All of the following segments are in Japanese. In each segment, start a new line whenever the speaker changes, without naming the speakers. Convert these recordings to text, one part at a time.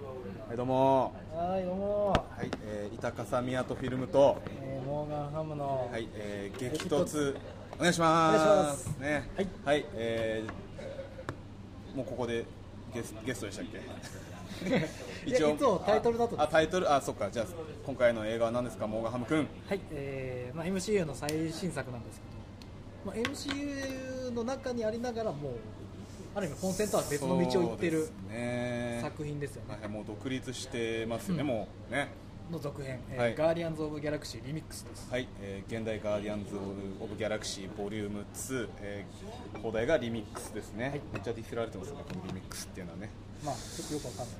はいどうも
はいどうも、
はい、えー、板笠宮とフィルムと
えー、モーガンハムの、
はい、えー、激突お願いします
お願いします
ね
はい
えーもうここでゲスゲストでしたっけ
いやいつもタイトルだとです
あタイトルあそっかじゃあ今回の映画は何ですかモーガンハム君
はいえーまあ、MCU の最新作なんですけど、まあ、MCU の中にありながらもうある意味本戦とは別の道を行って
そう
る
ですね
作品ですよね
はいもう独立してますよね、
うん
もうね
の続編、えー
はい
ガーディアンズ・オブ・ギャラクシーリミックスです
はい、えー現代ガーディアンズ・オブ・ギャラクシーボリューム2、えー、放題がリミックスですね、
い
めっちゃディスられてますね、このリミックスっていうのはね、
まあちょっとよくわかんない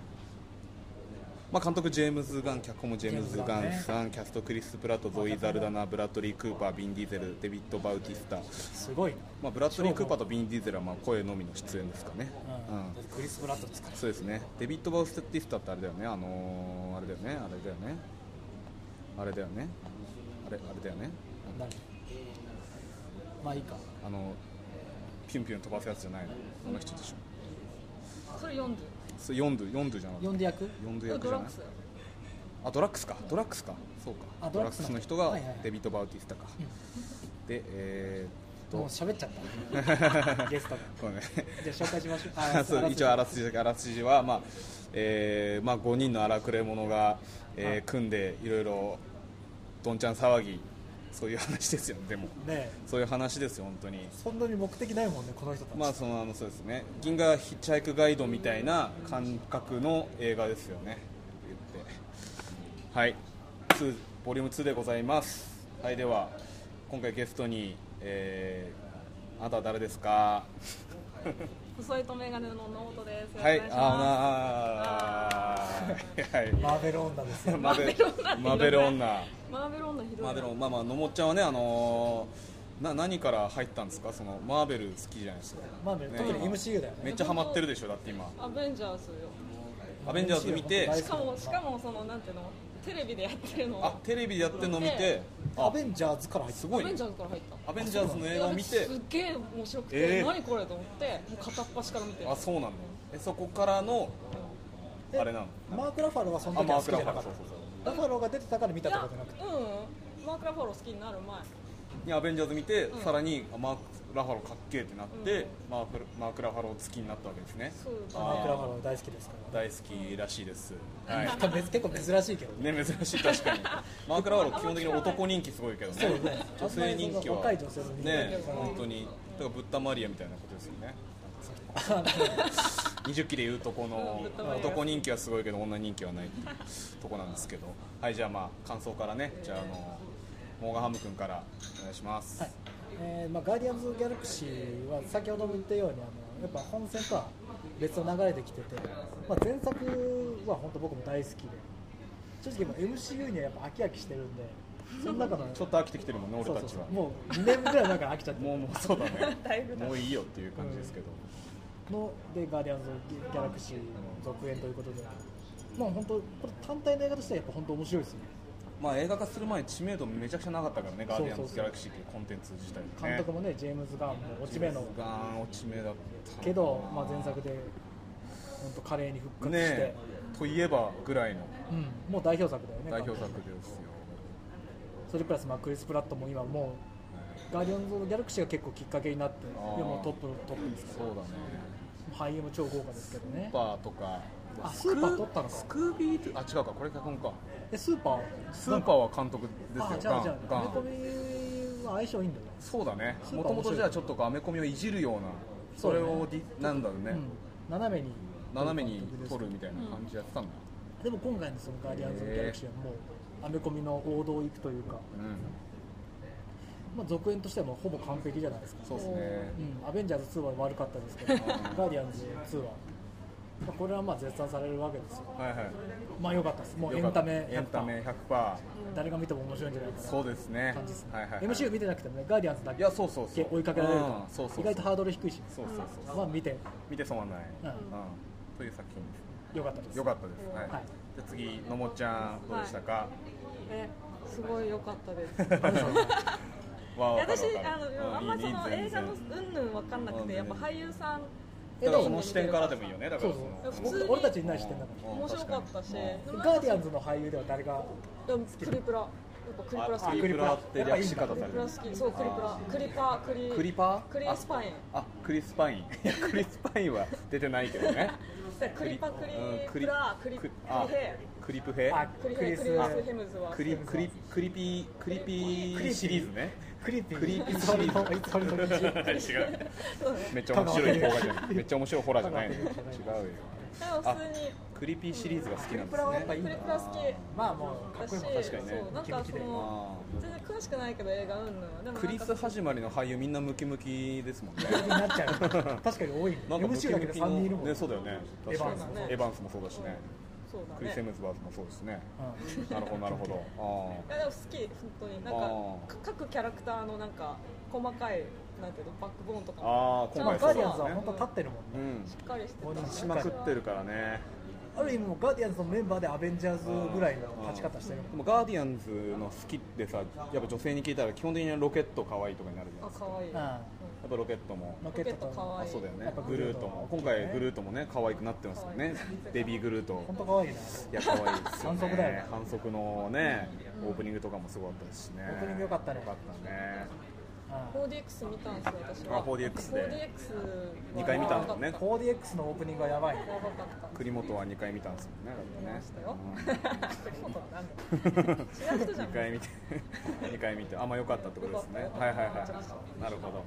まあ、監督、ジェームズ・ガン、脚本もジェームズ・ガン
ジェームズ
さん、キャスト、クリス・プラット、ゾイ・ザルダナ、ブラッドリー・クーパー、ビン・ディーゼル、デビッド・バウティスタ、
すごいな、
まあ、ブラッドリー・クーパーとビン・ディーゼルはまあ声のみの出演ですかね。
う
うん
んクリス・ブラッドですから
そうですねデビッド・バウスティスタってあれだよねあのー、あれだよねあれだよねあれだよねあれあれだよね
何まあいいか
あのピュンピュン飛ばすやつじゃないのあの人でしょ
それ読んで
それ4度4度じゃなかった
呼んで役
4度
これ
役
ド
じゃ
ラ
な
ッ
い
グスだよ
あドラッグスかドラッグスかそうか
あ
ド
ド
ラ
ラ
ッ
ッ
グ
グ
ス
ス
の
の
人
人
が
はいはいはい
デビッド・バウティスタか、でえー、っ
もう
と
喋っちゃった ゲストが
そうね
じゃあ紹介しましょう
あ そう一応あら
す
すじだけあらすじは、まあえーまあ、5人の荒くれ者が、
は
え
い
ー組んでいろいろどんちゃん騒ぎそういう話ですよでも
ねえ
そういう話ですよ本当に
そんなに目的ないもんねこの人たち、
まあそのあのそうですね銀河ヒッチハイクガイドみたいな感覚の映画ですよね言ってはい2ボリューム2でございますはいでは今回ゲストに、えーあなたは誰ですか
細いとメガネの野本ですよろしくお
は
願い
い
し、ま
あーはい、
マーベル女ですよ
マベマベル女、
すマーベル女ひどい
マーベル女、まあまあ、のもっちゃんはね、あのーな何から入ったんですか、そのマーベル好きじゃないですか、
マーベル特に
今
MCU だよね
めっちゃハマってるでしょ、だって今、
アベンジャーズよ
アベンジャーズ見て、
MCU
しかもしかもそのなんていうのテレビでやってるの
あテレビでやってるの見て
で、
ア
あ
ベンジャーズから入って
す
る
ご
ア
い
ベ
ね
ンジャーズから入った
アベンジャーズの映画を見
いや
て
私、すげえ面白くて、
えー
何これと思ってもう片っ端から見てる
あそうなんだ、えそこからの
え
あれなの、
マーク・ラファローはその
あ
時は
マ
好
ー
き
ク
じ
ラ
ゃ
ファル
なかっ
そうそうそう
たラファローが出てたから見た
い
と
や
かじゃなくて
うんマーク・ラファロー好きになる前
にアベンジャーズ見て、
うん
さらにあマーク・ラファローかっけーってなって、
うん
マークマーク・ラファロー好きになったわけですね
そうだね
マーク・ラファ
あ
ロー大好きですか
ー
ら、ね、
大好きらしいです、はい
結構珍しいけどね
ね珍しい確 かにマーク・ラファロー基本的に男人気すごいけどね
そうね
女性人気は
あんまりその若い女性の人気
ね本当にだからブッダマリアみたいなことですよ ね20期でいうとこの
うんぶっ飛ばれる
男人気はすごいけど女人気はないっていうとこなんですけどはいじゃあまあ感想からねじゃああのモーガンハム君からお願いします、
はいえーまあ、ガーディアンズ・ギャラクシーは先ほども言ったようにあのやっぱ本戦とは別の流れできてて、まあ、前作は本当僕も大好きで正直もう MCU にはやっぱ飽き飽きしてるんでその中の
ちょっと飽きてきてるもんね
そう
俺た
そう
ち
そう
は
もう2年ぐらい前から飽きちゃって
もうもうそうだね
だいぶだ
もういいよっていう感じですけど、
のでガーディアンズ・ギャラクシーの続編ということでもう本当これ単体の映画としてはやっぱ本当面白いですね
まあ映画化する前知名度めちゃくちゃなかったからね「ガーディアンズ・ギャラクシー」っていうコンテンツ自体がね
監督もねジェームズ・ガンも落ち目の
ガーン落ち目だった
けど、まあ、前作で本当華麗に復活
ね
して、
えといえばぐらいの
うん、もう代表作だよね
代表
完
作
全に
ですよ、
それプラス、まあ、クリス・プラットも今もうガーディアンズ・オブギャラクシーが結構きっかけになって
あー
でもうトップトップです
そうだね
俳優も超豪華ですけど
ス
ね
ーパーとか
あ
ク
スーパー撮ったのか
スクービーとあ違うかこれ脚本か
えスーパー
スーパーは監督ですよ
あじ
ガ
ゃ
ン
あじゃあ
ガ
アメコ
ン
ミは相性いいんだよ
そうだね
スー
も
パー
と
面
も
白い
とじゃあちょっとこうアメコミをいじるようなそ
そうだ
れ
ね
をディなんだろうね、
うん、斜めに
斜めに撮るみたいな感じやってたんだ、
でも今回のそのガーディアンズ・オブギャラクシーはもうアメコミの王道を行くというか、
うん、
まあ、続編としてはもうほぼ完璧じゃないですか
そうですね
うん、アベンジャーズ2は悪かったです けど、ガーディアンズ2は、まあ、これはまあ絶賛されるわけですよ、
はいはい
まあ良かったです、もうエ
よか
ン
った
タメ
エンタメ100%
誰が見ても面白いんじゃないかな
そうですね
感じですね、
はいはいはい
MC 見てなくてもね、ガーディアンズだ
い
け
やそうそうそう
追いかけられるから
うん、そうそうそう
意外とハードル低いし、
そうそうそう
まあ見て
見て損はない、う
うんん
という作品です
よかったです。
よかったです、はい
はい
じゃあ次のもちゃんどうでしたか、
えすごい良かったです
わあ
いや
わかる
私
わか
あ
る
のあんまその
いいね
映画の
全然
うんぬん分かんなく
うん
てやっぱ俳優さん
え
だからそ
でも
の視点からでもいいよねだか
そ
ら
う
その
そう僕
普通に
俺たちにない視点だか
うん
面白かったし、
らガーディアンズの俳優では誰が
でもクリプラ、やっぱクリプラ
あ
好
ク
き。
リ
ク
プラって略し方され
リプラ
る
好き、そうクリプラ、クリパ、クリ。
クリパー
クリスパイン。
あクリスパインいやクリスパインは出てないけどね
クリパ、クリ
うん
プラ、クリクリ
あ
ヘ。
クリプヘ
あ
クリ
ク
ヘ、
リ
ク
ス
リスヘムズは。
クリクリクリピークリピ
クリピ
ー
ー
シリーズね
クリーピー
クリーピー
いつ俺の
シリ
いつ俺の20
違う
そうね
めっちゃ面白いホラーじゃないめっちゃ面白いホラーじゃないの違
香
うよ
川照之じゃない
でも普通に。
クリピーシリーズが好き
クリ
なん
プ
で
ラ
す
はやっ
ね
ぱいいんだな
クリプラ好き
まあもうかっ
だ
こい
し
いもん
確かにね
そうなんかその
あ
全然詳しくないけど映画うんぬんはで
ーク
もなん
リ
か
ス始まりの俳優みんなムキムキです もんね
になっちゃう確かに多いね
なんかムキ
MC だけ
ム
で
キ
3
の
人いるもん
ねそうだよね
エヴ
確か
ァン
に
スも
そう
エヴァンスもそうだしね
そうだね
クリス・ヘムズバーズもそうですね
うん
なるほどなるほどあー
いやでも好き本当になんかか各キャラクターのなんか細かいなんていうのバックボーンとかも
あー今回
ガ
そう
ーディアンズ
だ
は
ね
本当立ってるもんね
うん
しっかりして
もう
た
しまくってるからね
ある意味もうガーディアンズのメンバーでアベンジャーズぐらいの勝ち方してるもん
でもガーディアンズの好きってさやっぱ女性に聞いたら基本的にロケット可愛いとかになるじゃない
あ
ですか
可愛い
うん
やっぱロケットも
ロケット
ロケット可
と
あそうだよ
や
ね
っぱグ
グル
ル
ート
ート
も
も
今回グルートもね可愛くなってますよね
可愛い
ベビーグルー ト
本当可愛いない
や可愛いですよ
反則だよ
ね
ね
反則のねオープニングとかもすごかったですしね
オープニング良かったね
良かったね
4DX 見たんですよ私は
あ 4DX で
4DX
二回見たんだね
やばかっ
コーディ X のオープニングはやばいね
たやばかった
栗本は2回見たんですもんね
見ましたよ
だ
栗本は何だ
ってね
知らん 人じゃん
2回見て2 回見てあんまあ良かったってことですね
良かった
はいはいは
めちゃくち
いなるほど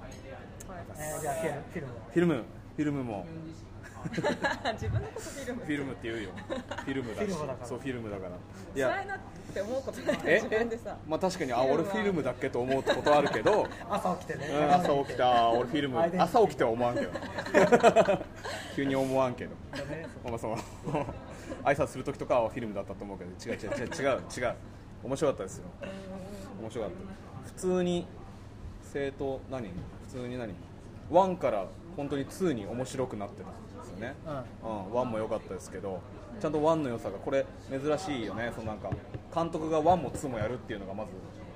えーじゃあフィルムフィル
フィルム
ム
フィルムも
はい自分のことフィルム
フィルムって言うよフィルムだし
フィルムだから
そうフィルムだからい
辛いなって思うことない
え
自分でさ
まあ確かにあ俺フィルムだっけと思うことあるけど
朝起きてね
うん朝起きた俺フィルム
アイデンティティ
朝起きては思わんけど 急に思わんけど
だねそう
まあその 挨拶する時とかはフィルムだったと思うけど違う違う違う違う違う面白かったですよ面白かった普通に正当何普通に何1から本当に2に面白くなってたんですよね、うん、1も良かったですけどちゃんと1の良さがこれ珍しいよねそのなんか監督が1も2もやるっていうのがまず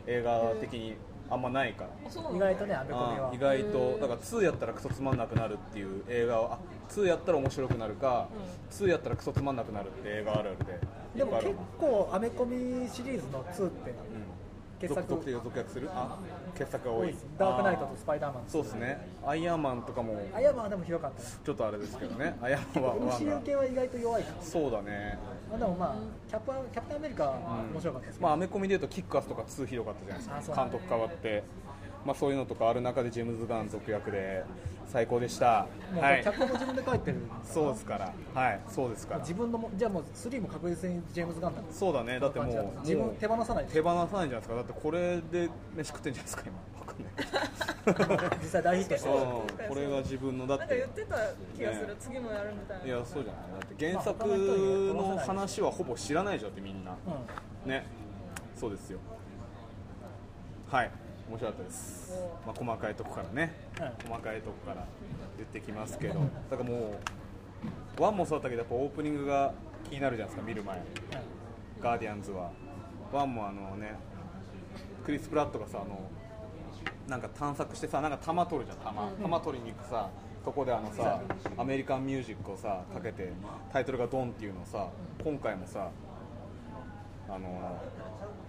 映画的にあんまないから
あそう
うん意
なん
外とねア
だ
メコミ
あ
は
意外とだから2やったらクソつまんなくなるっていう映画をあ2やったら面白くなるか、2やったらクソつまんなくなるって映画あるあるで
でも
いっぱいあ
結
る
構アメコミシリーズの2って
うん、
傑
続
作
々で続躍するあ傑作が
多
多
い
い
ですダークナイトとスパイダーマン
あーそうですねアイアンマンとかも
アイアンマンはでもひどかったね
ちょっとあれですけど ねアイアンマンは
MCU 系は意外と弱いか
そうだね
らでもまあキャプアキャプテンアメリカは面白かったですけど
まあ、アメコミでいうとキックアスとか2ひどかったじゃない
あ
です
そ
か
うだ
監
ね
督変わって、まあ、そういうのとかある中でジェームズ・ガン続役で最高でした
もう
はい
脚本も自分で書いてる
そうですからはいそうですから
自分のもじゃあもう3も確実にジェームズ・ガンだ
そうだねだってもう
自
も
分
う
手放さな い
手放さないんじゃないですかだってこれで飯食ってんじゃないですか今わかんない
実際大ヒットしてる
うんこれが自分のだ
なん
っ
か言
て
ってた気がする、
ね
次もやるみたいない
やそうじゃないだって原作
まあ他の人には
の
殺さない
話はほぼ知らないじゃんってみんな
う
ねそうですよはい面白かったです、まあ、細かいとこからね
んうん
細かいとこから言ってきますけどだからもうワンもそうだったけどやっぱオープニングが気になるじゃないですか見る前ガーディアンズはワンもあのねクリス・プラットがさあのなんか探索してさなんか弾取るじゃん弾弾取りに行くさとこであのさアメリカンミュージックをさかけてタイトルがドンっていうのをさ今回もさあの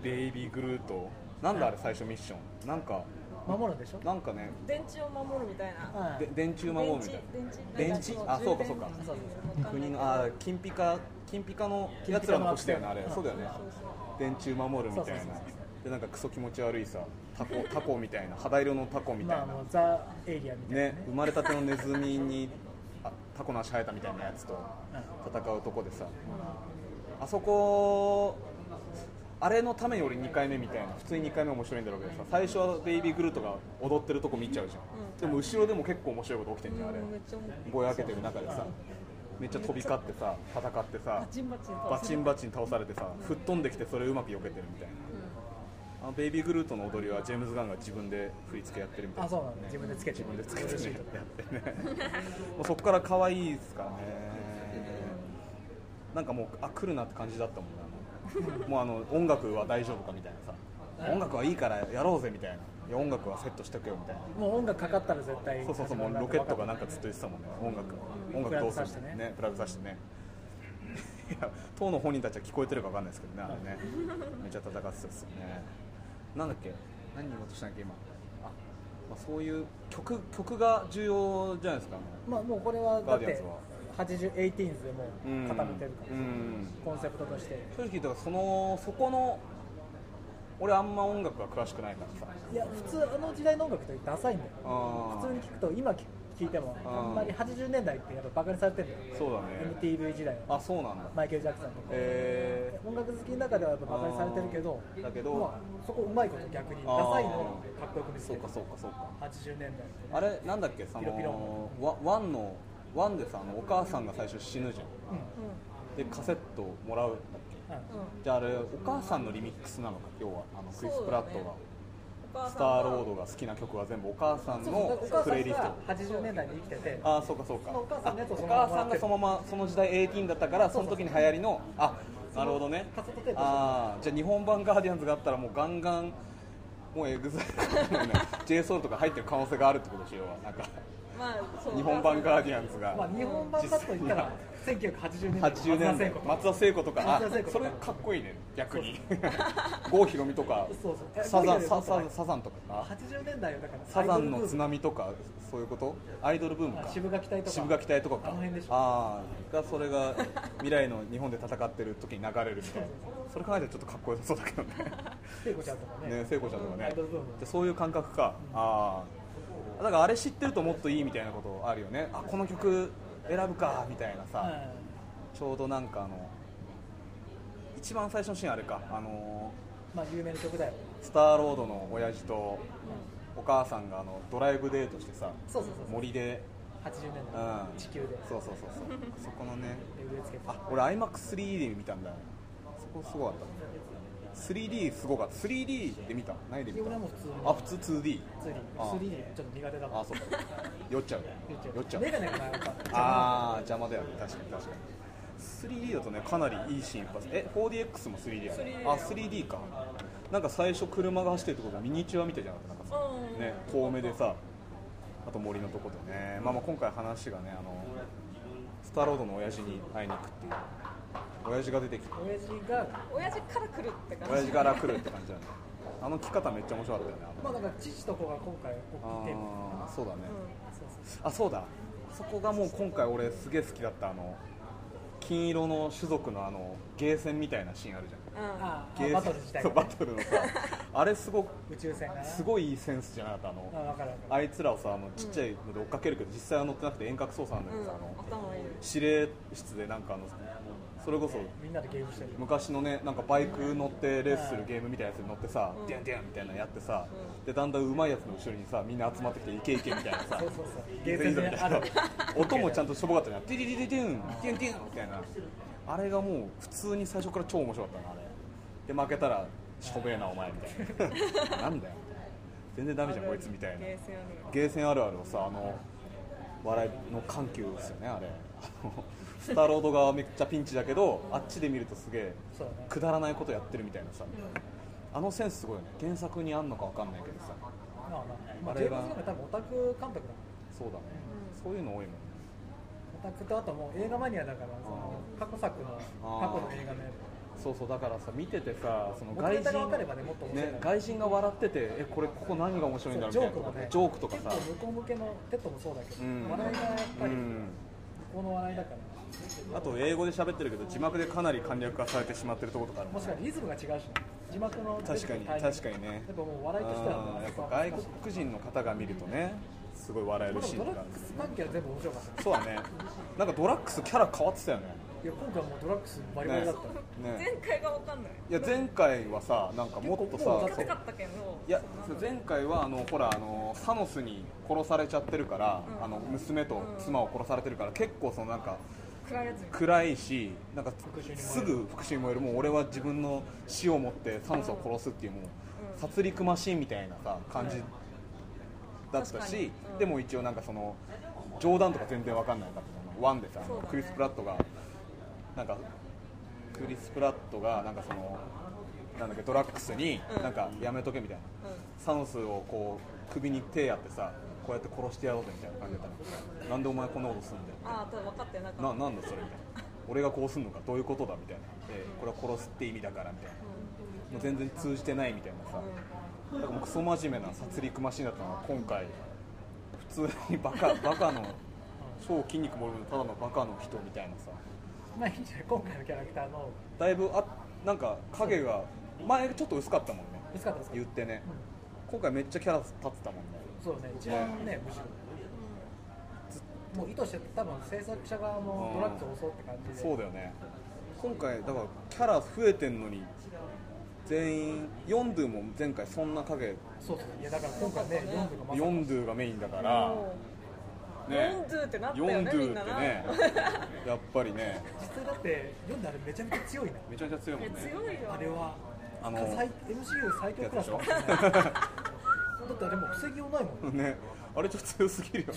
ベイビー・グルートなんだあれ最初ミッションなんか
守るんでしょ
なんかね
電池を守るみたいな
はい
で電柱守るみたいな
電池
電
電
池
池
あそうかそうか
そうそうそう
国のあ金ピカ金ピカのやつらの星だよねあれそうだよね電柱守るみたいな
そうそうそう
でなんかクソ気持ち悪いさタコ タコみたいな肌色のタコみたい
ま
な、
あもうザ・エイリアンみたいな
ね生まれたてのネズミにあタコの足生えたみたいなやつと戦うとこでさあそこあれのために俺2回目みたいな普通に2回目面白いんだろうけどさ最初はベイビー・グルートが踊ってるとこ見ちゃうじゃん、でも後ろでも結構面白いこと起きてんじゃんあれ
うんめっちゃ思う
ぼやけてる中でさめっちゃ飛び交ってさ戦ってさ
バチンバチンと
バチンバチン倒されてさ吹っ飛んできてそれをうまく避けてるみたいな、あのベイビー・グルートの踊りはジェームズ・ガンが自分で振り付けやってるみたいな
あそうなんだ自分でつけて
自分でつけ
嬉
て
しい
ねやってねもうそこから可愛いですからねなんかもうあ来るなって感じだったもんねあのもうあの音楽は大丈夫かみたいなさ音楽はいいからやろうぜみたいないや音楽はセットしとくよみたいな
もう音楽かかったら絶対
そうそうそうもうロケットがなんかずっと言ってたもんね音楽音楽どうするねねプラグさしてねいや当の本人たちは聞こえてるかわかんないですけどねあれねめっちゃ戦ってたっすよねなんだっけ何言おうとしたんだっけ今あ、まあ、そういう曲曲が重要じゃないですかね
まあもうこれはだっ
ガーディアンズ
て
は
80 18でもう固めてるから、
うん
コンセプトとして
正直だからそのそこの俺あんま音楽が詳しくないからさ
いや普通あの時代の音楽ってダサいんだよ
あ
普通に聞くと今聞いても
あ
あ
ー
んまり80年代ってやっぱバカにされてるんだよ
そうだね
MTV 時代は
あそうなんだ
マイケル・ジャクソンとか、
えー
音楽好きの中ではやっぱバカにされてるけど
あーだけど
まあ、そこうまいこと逆にダ
あー
サいのをかっこよく見せ
そう
て
か
る
そうかそうか
80年代って
あれなんだっけそ
ピロピ
の
ロ
ワワンのワンでさあのお母さんが最初死ぬじゃんでカセットをもらうんだっけ
うん
うんうん
じゃああれお母さんのリミックスなのか要はあのクリス・プラット
そうだ
が
ね、お母
ス
さん
タ
は
ー・ロードが好きな曲は全部お母さん
そうそうだ
の
からお母
プ
さ
レイ
ん
リスト
が80年代に生きてて
ああそうかそうか
お母さんのやつを
あ
そ
お
のまま
母さんがそのままその時代18だったからその時に流行りのあなるほどね
カセットテープ
ああじゃあ日本版ガーディアンズがあったらもうガンガンもうエグザイルのね j s o u l とか入ってる可能性があるってことでしようなんか
まあそう
日本版ガーデ
ィ
ィアンズ
ま
が、
あ日本版だと言ったら1980年代の
80年代
松田聖子
松田聖子とかあ
松田聖子と
そ
か
れかっこいいね逆に 郷ひろみとか
そうそう
サザン
え
ササ
僕ら
サザンとかか
80年代はだから
サザンの津
つな
波とかそういうことアイドルブームか
渋垣隊とか
渋垣隊とかか
あの辺でしょ
ああがそれが未来の日本で戦ってる時に流れるみたいなそれ考えたらちょっとかっこよさそうだけどね
聖子ちゃんとかね
ね聖子ちゃんとか
ア
ね
イドルブーム
でそういう感覚か、ああだからあれ知ってるともっといいみたいなことあるよねあこの曲選ぶかみたいなさ、
うん
ちょうどなんかあの一番最初のシーンあれかあの
まあ有名な曲だよ
スターロードの親父とお母さんがあのドライブデートしてさ
そうそうそうそう
森で、
80年
う
代
ん、
地球で
そうそうそう そうそこのね
で植え付けて
あ俺 iMAX3D で見たんだよそこすごかった 3D すごかった 3D で見た何で見た
いや俺はもう普通に
あ普通 2D
ついに
あ
3D ちょっと苦手だもん
あそうか酔っちゃう酔っ ちゃう
メガネがなかった
ああ邪魔だよね確かに確かに 3D だとねかなりいいシーンいっぱいえ 4DX も 3D やねあ 3D かなんか最初車が走ってるところがミニチュアみたいじゃなくてなんかさ、
うん
ね遠目でさあと森のとこでね、まあまあ今回話がねあのスターロードの親父に会いに行くっていう親父が出てきて
親父が
親父から来るって感じ
親父から来るって感じだねあの着方めっちゃ面白かったよね
まあだから父と子が今回
あ
大きいテーマ
のあーそうだね、
う
そうそう
あそうだそこがもう今回俺すげえ好きだったあの金色の種族のあのゲーセンみたいなシーンあるじゃん
ん、うん、
あ
ゲーセ
ー
ン
あバトル自体
そう
が
バ
ね
トルのさあれすごく
宇宙船がね
すごいいいセンスじゃなかったあ
あ
の
分かる
あいつらをさあのちっちゃいので追っかけるけど実際は乗ってなくて遠隔操作なんだけどさ、あの
うん、頭いい
指令室でなんかあのそれこそ
みんなでゲームしてる
昔のねなんかバイク乗ってレースするゲームみたいなやつに乗ってさ、デンデンみたいなのやってさ、でだんだん上手いやつの後ろにさみんな集まってきてイケイケみたいなさ
そうそうそうゲーセンである
音もちゃんとしょぼかったじゃんディディディディンディンディンみたいなあれがもう普通に最初から超面白かったなあれで負けたらしょべえなお前みたい ななんだよ全然ダメじゃんこいつみたいな
ゲーセンある
ゲーセンあるあるをさあの笑いの緩急ですよねあれ あのスターロード側めっちゃピンチだけどあっちで見るとすげえ
そうだね
くだらないことやってるみたいなさあのセンスすごいよね原作にあんのかわかんないけどさ
まあまあ、まあ、
あれ
ゲー
が
ムズなんか多分オタク監督だ
そうだねそういうの多いもんね
オタクとあともう映画マニアだからその過去作の
あー
過去の映画のや
そうそうだからさ見ててさその
元
外
ネタが分かれ
人
ばねもっと面白い
ね外人が笑っててえこれここ何が面白いんだろ
つ
うみ
ジョ
たい
ー
な
クもね
ジョークとかさ
結構向こう向けのテッドもそうだけど、
うん
笑いがやっぱ
う
り向
ん
こうの笑いだから、
あと英語で喋ってるけど字幕でかなり簡略化されてしまってるところとかあるもん
もしかしたらリズムが違うし、ね、字幕の出
確
て
か
くる
に
タイミング
確かにね
やっぱもう笑いとしては
うんやっ
そこ
ぱ
は
外国人の方が見るとねすごい笑える
まあ
シ
で
ー
も
ン
ド
が
ラッグス関係は全部面白かった
そうだねなんかドラッグスキャラ変わってたよね
いや今回もうドラッグスバリバリだった、
ね
前回がわかんない
いや前回はさなんかもっと
結構もう
さそ
分
高
う
かったけど
いや前回はあのほらあのサノスに殺されちゃってるから、
うん
あの娘と妻を殺されてるから結構そのなんか
暗いやつに
暗いしなんか
讐に燃える
すぐ復讐もえるもう俺は自分の死を持ってサノスを殺すっていうもう
うん
殺戮マシンみたいなさ感じ
うん
だった
確か
し
にうん
でも一応なんかその冗談とか全然わかんないかったのワンでさ、
そうだね
クリス・プラットがなんかクリス・プラットがなんかそのなんだっけドラッグスに
うん
なんかやめとけみたいな、サノスをこう首に手やってさこうやって殺してやろうぜみたいな感じだったのなんでお前こんなことすんだよ
ああ多分分かってなかった
ななんだそれみたいな俺がこうすんのかどういうことだみたいな、えーこれは殺すって意味だからみたいなもう全然通じてないみたいなさ、なんかもうクソ真面目な殺戮マシンだったのが今回普通にバカバカの超筋肉もりもりのただのバカの人みたいなさ
まあいいんじゃない今回のキャラクターの
だいぶあなんか影が前ちょっと薄かったもんね
薄かったですか
言ってね今回めっちゃキャラ立ってたもんね
そうね一番ねむしろもう意図して多分制作者側もドラッグを襲うって感じで
そうだよね今回だからキャラ増えてんのに全員ヨンドゥも前回そんな影
そうそういやだから今回ね
そうだ
4
ね
とかまさ
ヨ
か
ンドゥがメインだからね
ヨンドゥってなった
ヨ
よね
ンドゥ
みんな
って
な
ねやっぱりね
実際だって4であれめちゃめちゃ強いな
めちゃめちゃ強いもんね
強いよ
あれは
あの
最 MCU 最強クラ スだもんねだってあれもう防ぎようないもんね
ねあれちょっと強すぎるよね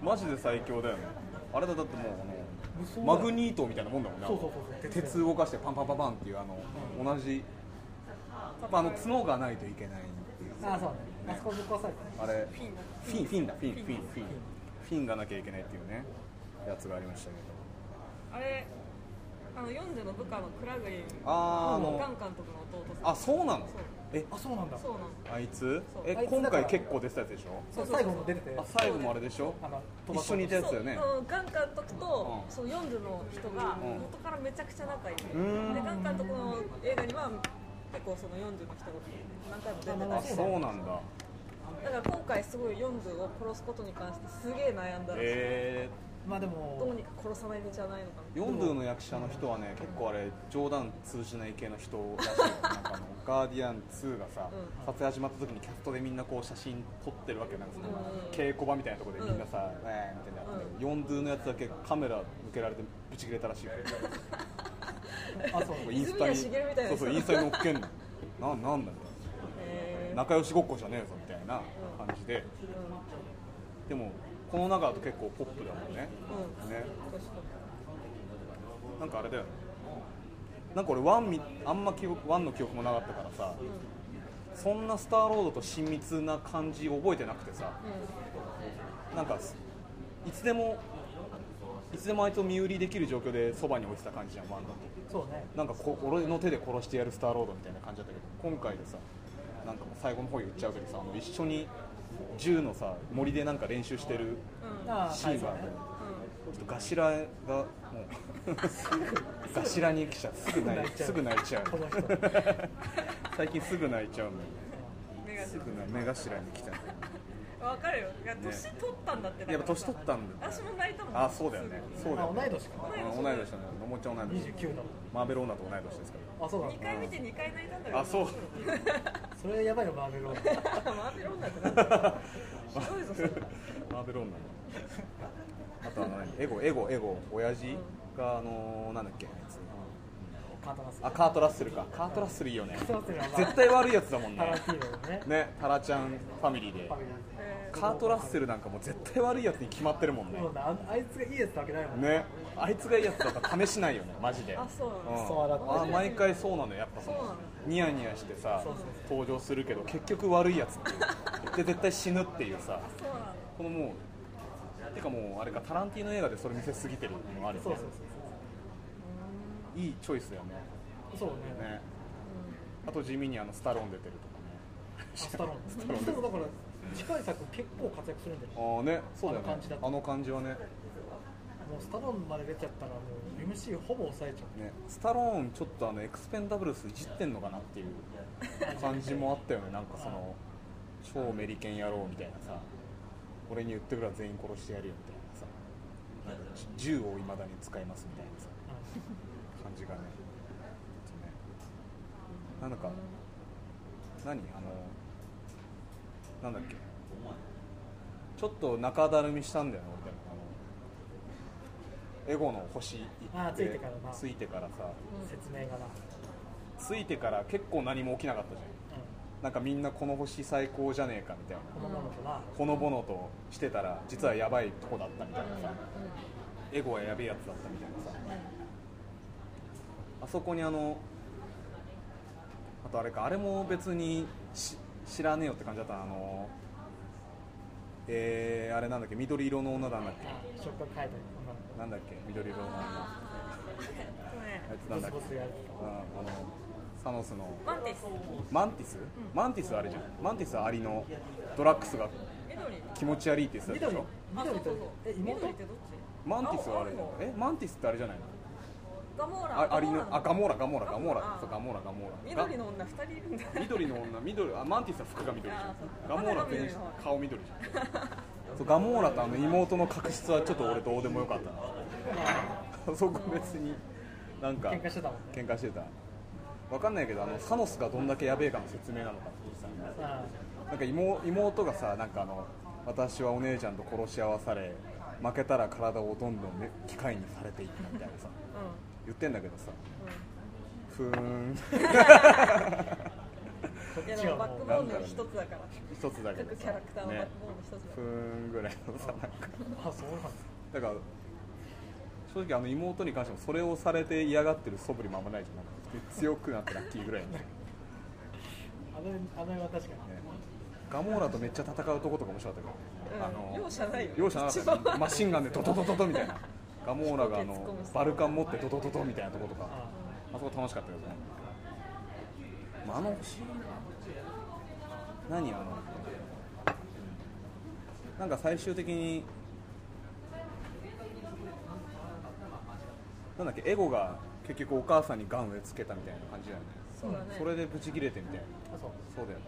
マジで最強だよねあれだだってもう
無
あ
双だ
の
よ
マグニートみたいなもんだもんね
そうそうそうそう
鉄動かしてパンパンパンパンっていうあの、同じ、まあ、あの角がないといけないっていう
ああそうねあそこぶっ壊されたね
あれフィンフィンだフィンフィンフィンフィンがなきゃいけないっていうねやつがありましたけど
あれあのヨンドゥの部下のクラグリン
あーあの
ガン監督の弟さん
あそうなの
そう
え
あそうなんだ
そうなの
あいつ
そう
え
あいつ
今
だから
回結構出てたやつでしょ
そう
そうそうそう
最後も出てて
あ最後もあれでしょ
あの
一緒にいたやつだよね
そううんガン監督と、
うん
そうヨンドゥの人が
うん
元からめちゃくちゃ仲いいで,、
うん
でガン監督の映画には結構そのヨンドゥの人が何回も出て
あ
あ
たり
そうなんだ
だから今回すごいヨンドゥを殺すことに関してすげえ悩んだらしい、
え
まあで
どう
も
にか殺さないんじゃないのか
ー、ヨンドゥの役者の人はね結構あれ冗談通じない系の人らしい よなんかあのガーディアン2がさ、
うん
撮影始まった時にキャストでみんなこう写真撮ってるわけよなんかその、
うん
稽古場みたいなところでみんなさ、えーみたいなやってて、ヨンドゥのやつだけカメラ向けられてブチ切れたら しいよ
あそう
インスタに
泉谷しげるみたいな
そ
人
うそうインスタに載っけんのなんなんだよ
な、えー
仲良しごっこじゃねえぞみたいな感じででもこの中だと結構ポップだもんね
う
ね
うん、確かに
なんかあれだよねなんか俺ワンみあんま記憶ワンの記憶もなかったからさそんなスターロードと親密な感じ覚えてなくてさなんかすいつでもいつでもあいつを身売りできる状況でそばに置いてた感じじゃんワンだと
そうね
なんかこ俺の手で殺してやるスターロードみたいな感じだったけど今回でさなんかもう最後の方言っちゃうけどさあの一緒に銃のさ森でなんか練習してる
うんうん
あ
シーンがあ
は
っ
い
てち
そうね
ょっとガシラがもう ガシラに来ちゃうすぐ泣いす
す
ぐ
ぐ
泣い
泣
ちゃう
この人
最近すぐ泣いちゃうんだよ
うん目
ね
が
すぐな目頭に来ちゃ
わかるよいや年取ったんだって
うやっぱ年取ったんだよ
私も泣いたもん
あそうだよねそうだ
あ
よ
同い
ね
年か
い年
うん同い年だねのもちゃん同い
二
年
十九だもん
マーベル女と同い年ですか
あそうなんだ
2回見て2回泣いたんだよ
らあそう
それやばいよマーベルは
マーベル女ってなんだよ
マ
ひどいぞそれ
ーベル女のあとあの何エゴエゴエゴ親父があのーなんだっけあいつ
簡単なんです
あカートラッスルかカートラッスルいいよね
カートラッセルはまあ
絶対悪いやつだもん
タラ
ね
ンティーノのね
ねタラちゃんファミリーで
ファミリーで
えー
カートラッセルなんかもう絶対悪いやつに決まってるもんね
そうだああいつがいいやつってわけないもん
ねあいつがいいやつだから試しないよねマジで
あそうなの
ん
そうだった
あ毎回そうなのやっぱそ
そうな
の
の
ニヤニヤしてさ
そうそう
登場するけど結局悪いやつっていうで絶対死ぬっていうさ
そうなの
このもうてかもうあれかタランティーノ映画でそれ見せすぎてるのもあるよ
そう
ね
そう
いいチョイスだよね
そうそうね
ねあと地味にあのスタローン出てると
アスタロ
スタロー
ー
ン
ンでもだから次回作結構活躍するんだよも
かねああねそうだよね
あの感じだと
あの感じはね
うスタローンまで出ちゃったらもう MC ほぼ抑えちゃ
ねスタローンちょっとあのエクスペンダブルスいじってんのかなっていう感じもあったよねなんかその超メリケン野郎みたいなさ俺に言ってくれば全員殺してやるよみたいなさなんかじ銃をいまだに使いますみたいなさ
う
感じがねちょっとねなんだか何あのなんだっけちょっと中だるみしたんだよね俺でもあのエゴの星行
あ
っ
ー
て
ついてからな
ついてからさ
うん説明がな、う
ついてから結構何も起きなかったじゃん
ん、
なんかみんなこの星最高じゃねえかみたいな
このままだとな
ほのぼのとしてたら実はやばいとこだったみたいなさエゴはやべえやつだったみたいなさあそこにあのとあれかあれも別にし知らねえよって感じだったなあのえー、あれなんだっけ緑色の女なんだっけ
触覚変えたり
なんだっけ緑色の女あいつな
女
んだっけ
の子ボスボスやる
うんあのサノスの
マンティス
マンティス、マンティスあれじゃんマンティスはアリのドラッグスが
緑
気持ち悪いって言ってたでし
緑
ょ
あ
緑
そうそう
とえ妹
緑ってどっち
マンティスはあれじゃん
青
えマンティスってあれじゃないの
ガモーラ
あアリのあガ
ー
モーラガモーラガモー
ガモー
ラ
ラ
そうガモーラガモーラ
ラ緑の女二人いるんだ
が緑の女緑あマンティスは服が緑じゃ
あそ
ん
う
ガモーラ
肌が
全
緑
身
の方
顔緑じゃんそうガモーラとあの妹の確執はちょっと俺どうでもよかったなそこ別になんか
喧嘩してたもんね
喧嘩してたわかんないけどあのサノスがどんだけやべえかの説明なのかっていうさ
あ
なんか妹妹がさなんかあの私はお姉ちゃんと殺し合わされ負けたら体をどんどん、ね、機械にされていったみたいなさ言ってんだけどさふーん
うんうんいやでもバックボーンの一つだから
一つだけど
各
さ
キャラクターのバッ
ね
クボーンの一つだ
ふ
か
ーんぐらいのさなんか
あそうなんです
だから正直あの妹に関してもそれをされて嫌がってる素振りもあんまないじゃんなんか強くなってラッキーぐらいのね
あの辺あの辺は確かに
ガモーラとめっちゃ戦うとことか面白かったけど、
ら、うん、容赦ないよ
容赦なかったよ
一番
マシンガンでドドドドドみ たいなガモーラがあ
突っ
の
込む人
バルカン持ってドドドドみたいなとことか
あ
あそこ楽しかったけどね、まあ、あの何あのなんか最終的になんだっけエゴが結局お母さんにガン植え付けたみたいな感じだよね
そうだね
それでブチ切れてみたいな
あそう
そうだよね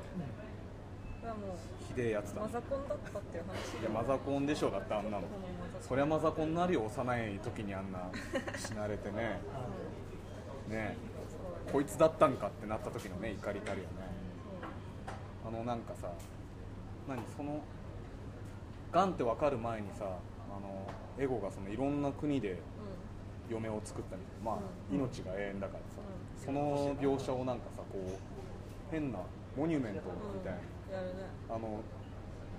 だからも
ひでえやつ
う
だ
マザコンだったっていう話
いやマザコンでしょだってあんなの
このマザコ
そりゃマザコンなりよ幼い時にあんな死なれてね
あ
ね
ンそうだね
こいつだったんかってなった時のね怒りたるよねあのなんかさ何そのガンって分かる前にさあのエゴがそのいろんな国で
うんうん
嫁を作ったみたいなまあ、
うん
命が永遠だからさ、
う
その描写をなんかさこう変なモニュメントみたいな、
やるね
あの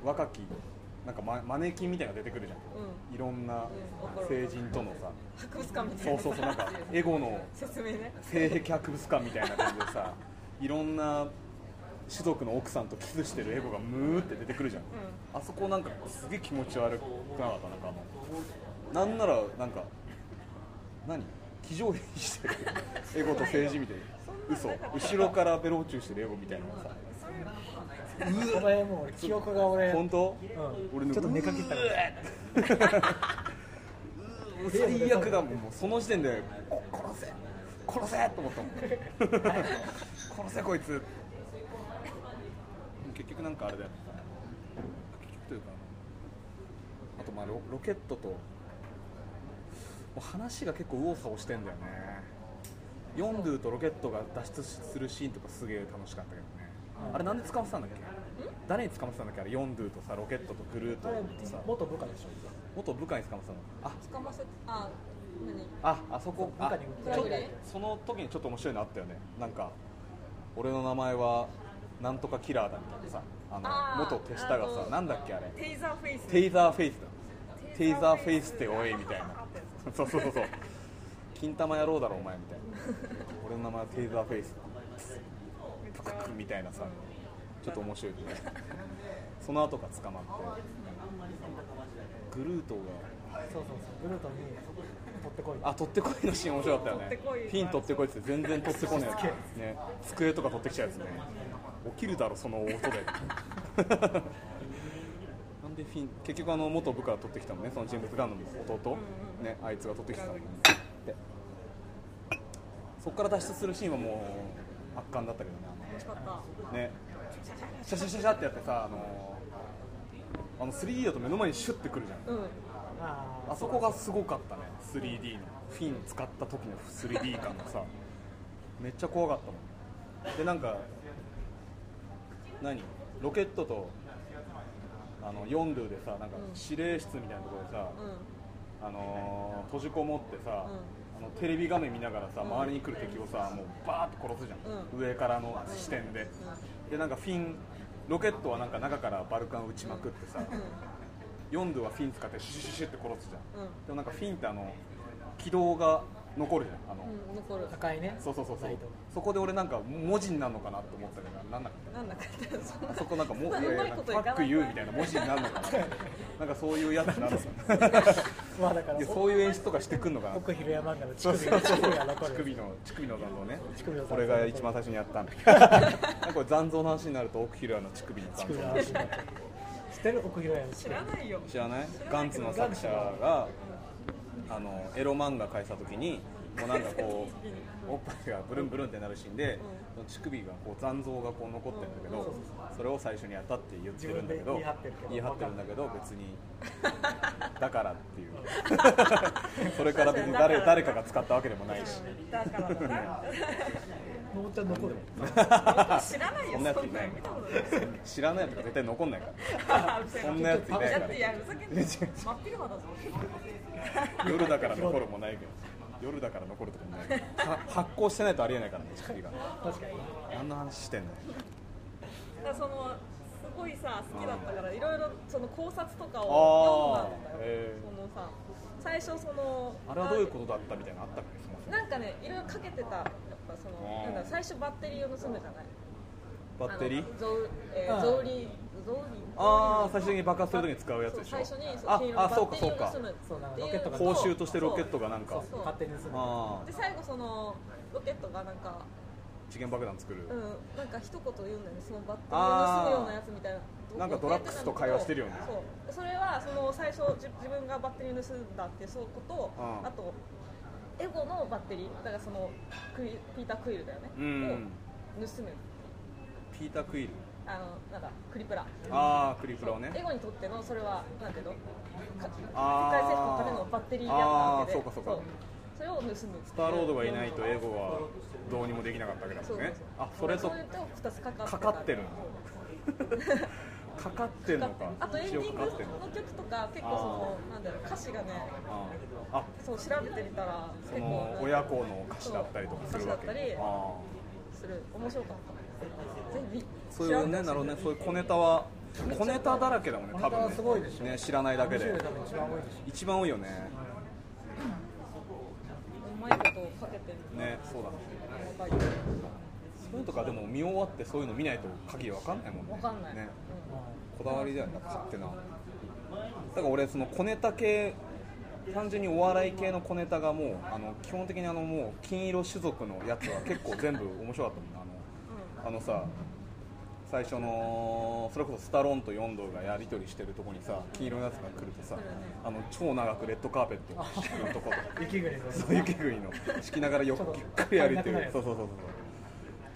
若きなんかママネキンみたいなのが出てくるじゃん
う
いろんな成人とのさ、
ん博物館みた
そ
いうな
そうそう、なんかエゴの
説明ね
性癖博物館みたいな感じでさ、いろんな種族の奥さんとキスしてるエゴがムーって出てくるじゃん、あそこなんかすげえ気持ち悪くなかった、なんかあの、なんなら、なんか、何、騎乗兵してるエゴと政治みたいな、嘘
そんなんなかった
後ろからベロチューしてるエゴみたいなのさ、
それ
あこの辺もう俺記憶が俺
本当
うん
俺の
ちょっと寝かけたから
うー最悪だもんもうその時点でこ殺せ殺せと思ったもん 殺せこいつでも結局なんかあれだよ結局というかあとまあロロケットともう話が結構右往左往してんだよねヨンドゥとロケットが脱出するシーンとかすげえ楽しかったけどねあれなんで捕まってたんだっけ誰に捕まってたんだっけあれヨンドゥとさロケットとグルート
あれ
とさ
元部下でしょ
元部下に捕まってたのあ
捕ませあ
ああそこ
そう
あ
部下に
ちょ
裏切り
その時にちょっと面白いのあったよねなんか俺の名前はなんとかキラーだみたいなさあの
あー
元手下が
あ
さ
の
なんだっけあれ
何テイザーフェイス
テイザーフェイスだテイザーフェイスっておいみたいな そうそうそうそう金玉野郎だろお前みたいな俺の名前はテイザーフェイス
めっち
パ
ゃ
クッみたいなさちょっと面白いねその後が捕まってグルートが
そうそうそうグルートに取ってこい
あ取ってこいのシーン面白かったよ
取
ね
ってこい
ピン取ってこいっつって全然取ってこないやつね机とか取ってきちゃうやつね起きるだろその音で なんでフィン結局あの元部下が取ってきたもんねそのジェームズ・ガンの弟、ね、あいつが取ってきてたもんねでそこから脱出するシーンはもう圧巻だったけどね
楽しかった
あのねシャシャシャシャってやってさあのあの 3D だと目の前にシュッてくるじゃん
うん
あ
あそこがすごかったね 3D のフィン使った時の 3D 感 がさめっちゃ怖かったもんでなんか何ロケットとあのヨンドゥでさなんか
うん
指令室みたいなところでさ、
うん
あのー閉じこもってさ、あのテレビ画面見ながらさ周りに来る敵をさもうバーッと殺すじゃん、上からの視点で、でなんかフィンロケットはなんか中からバルカン撃ちまく ってさ、ヨンドゥはフィン使ってシュシュシュシュって殺すじゃん
うんうん
でもなんかフィンってあの軌道が残るじゃんあの、
うん、残る
高いね
そうそうそうそ
ラ
う
イトが
そこで俺なんか文字になるのかなと思ったけどなんなかった
なんなかったそんな
あそこなんかもう
そんなうまいこといかない
パック言うみたいな文字になるのかななんかそういうやつになるのかな
まあだから
いやそういう演出とかしてくんのか な
奥昼山漫画の乳
そう
首
そう
が
そう
乳首が残
乳
る
首の乳首の残像ね
乳首の残像
これが一番最初にやったんだ けどなんかこれ残像の話になると奥平の乳首の
乳
残
首
像
の話になっちゃう知ってる奥昼山の乳
知
首
らないよ
知らないガンツの作者があのエロ漫画描いた時にもうなんかこうおっぱいがブルンブルンってなるシーンで、乳首がこう残像がこう残ってるんだけど、それを最初にやったって言ってるんだけど
自分で言い張ってるけど
言い張ってるんだけど別にだからっていう それから別に誰誰かが使ったわけでもないし
だからだな
のぼっちゃん残る
知らないよ
そんなやついない
見たことない
知らないやつが絶対残んないからそ
そ
んなやついないから
だっていやふざけんな真っ昼間だぞ
夜だから残るもないけど夜だから残るとかもないけどは発行してないとありえないからね乳首が
確かに
何の話してんの
だからそのすごいさ好きだったからいろいろその考察とかを
あー
読んだんだよ、
へ
そのさ最初その
ーあれはどういうことだったみたいなのあったっけそもそも
なんかねいろいろかけてたやっぱその
あー
なんだろう最初バッテリーを盗むじゃない
バッテリー
あのゾウ、え
あ
ー、
ー
ゾウリゾウリ
あー最終的に爆発する時に使うやつでしょ
そう最初にそ
あ
う金色の
あ
バ
そう
ッ
か
テ
そう
リ
か
ーを盗む
そうなんか
って
ロケ
いう
ットが
報酬としてロケットがなん
そ
か
う勝手にする
あ
そう
ー
で最後そのロケットがなんか
時限爆弾作る、
うん、なんか一言言うんだよね、そのバッテリ
あ
ー
ー
を盗むようなやつみたいな。
なんかドラッグスと会話してるよね
そう、それはその最初じ自分がバッテリーを盗んだっていうそういうことと、
うん
あとエゴのバッテリー、だからそのクイピータークイルだよね。
うん
を盗む。
ピーター・クイール
あのなんだクリプ
あ
ラ。
あクリプラを
エ
ね
ゴにとってのそれはなんていうの？か世界
あー
政府のためのバッテリーだったわけで、
あーそうかそうか
それを盗む。ス
スターロードがいないとエゴはどうにもできなかったわけだ
そ
も
うんそ
ね
うそう。
あそれと
そういうと二つかかってた
かかってるのかかってんのか
あとエンデ
一
ィ
応
ング
か
の
かってんの
曲とか結構そのなんだろう歌詞がね
あーあ
そう調べてみたら
そ
結構
の親子の歌詞だったりとかするわけ
そう歌詞だったり
あ
する面白かったぜひ
ーそういうねなるほどねそういう小ネタは小ネタだらけだもんね多
小ネタ
分
は
ね
すごいでしょ
ね知らないだけ
面
で
白い多分一番多いでし
一番多いよね
うまいことをかけてる
ねそうだね
若い人
そういうのとかでも見終わってそういうの見ないと鍵わかんないもんね
わかんない、
ね
ょま
こだわりだよね勝手なだから俺その小ネタ系単純にお笑い系の小ネタがもうあの基本的にあのもう金色種族のやつは結構全部面白かったもんなあのあのさ最初のそれこそスタローンとヨンドーがやり取りしてるとこにさ黄色いやつが来るとさあの超長くレッドカーペットを敷くとことか
あ息ぐれです
そう雪国の敷きながらよ
ちょっと
ゆっくり歩いて
足りなくなる
る
やつ
そうそうそうそう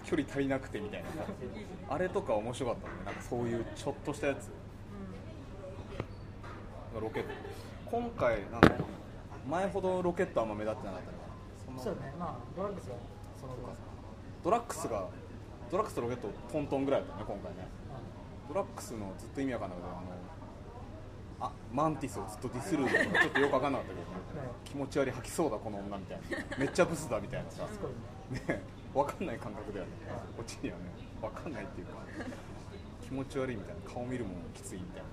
距離足りなくてみたいなさあれとか面白かったねなんかそういうちょっとしたやつロケット今回なんだろう前ほどロケットあんま目立ってなかったから
そうねまあドラッグスがその他
ドラックスがドラックスとロケットトントンぐらいだったね今回ねドラックスのずっと意味わかんなかったあのあマンティスをずっとディスるのとかちょっとよくわかんなかったけど、
ね
気持ち悪い吐きそうだこの女みたいなめっちゃブスだみたいなさ
すごいね
ね分かんない感覚だよねこっちにはね分かんないっていうか気持ち悪いみたいな顔見るもんきついみたいなさ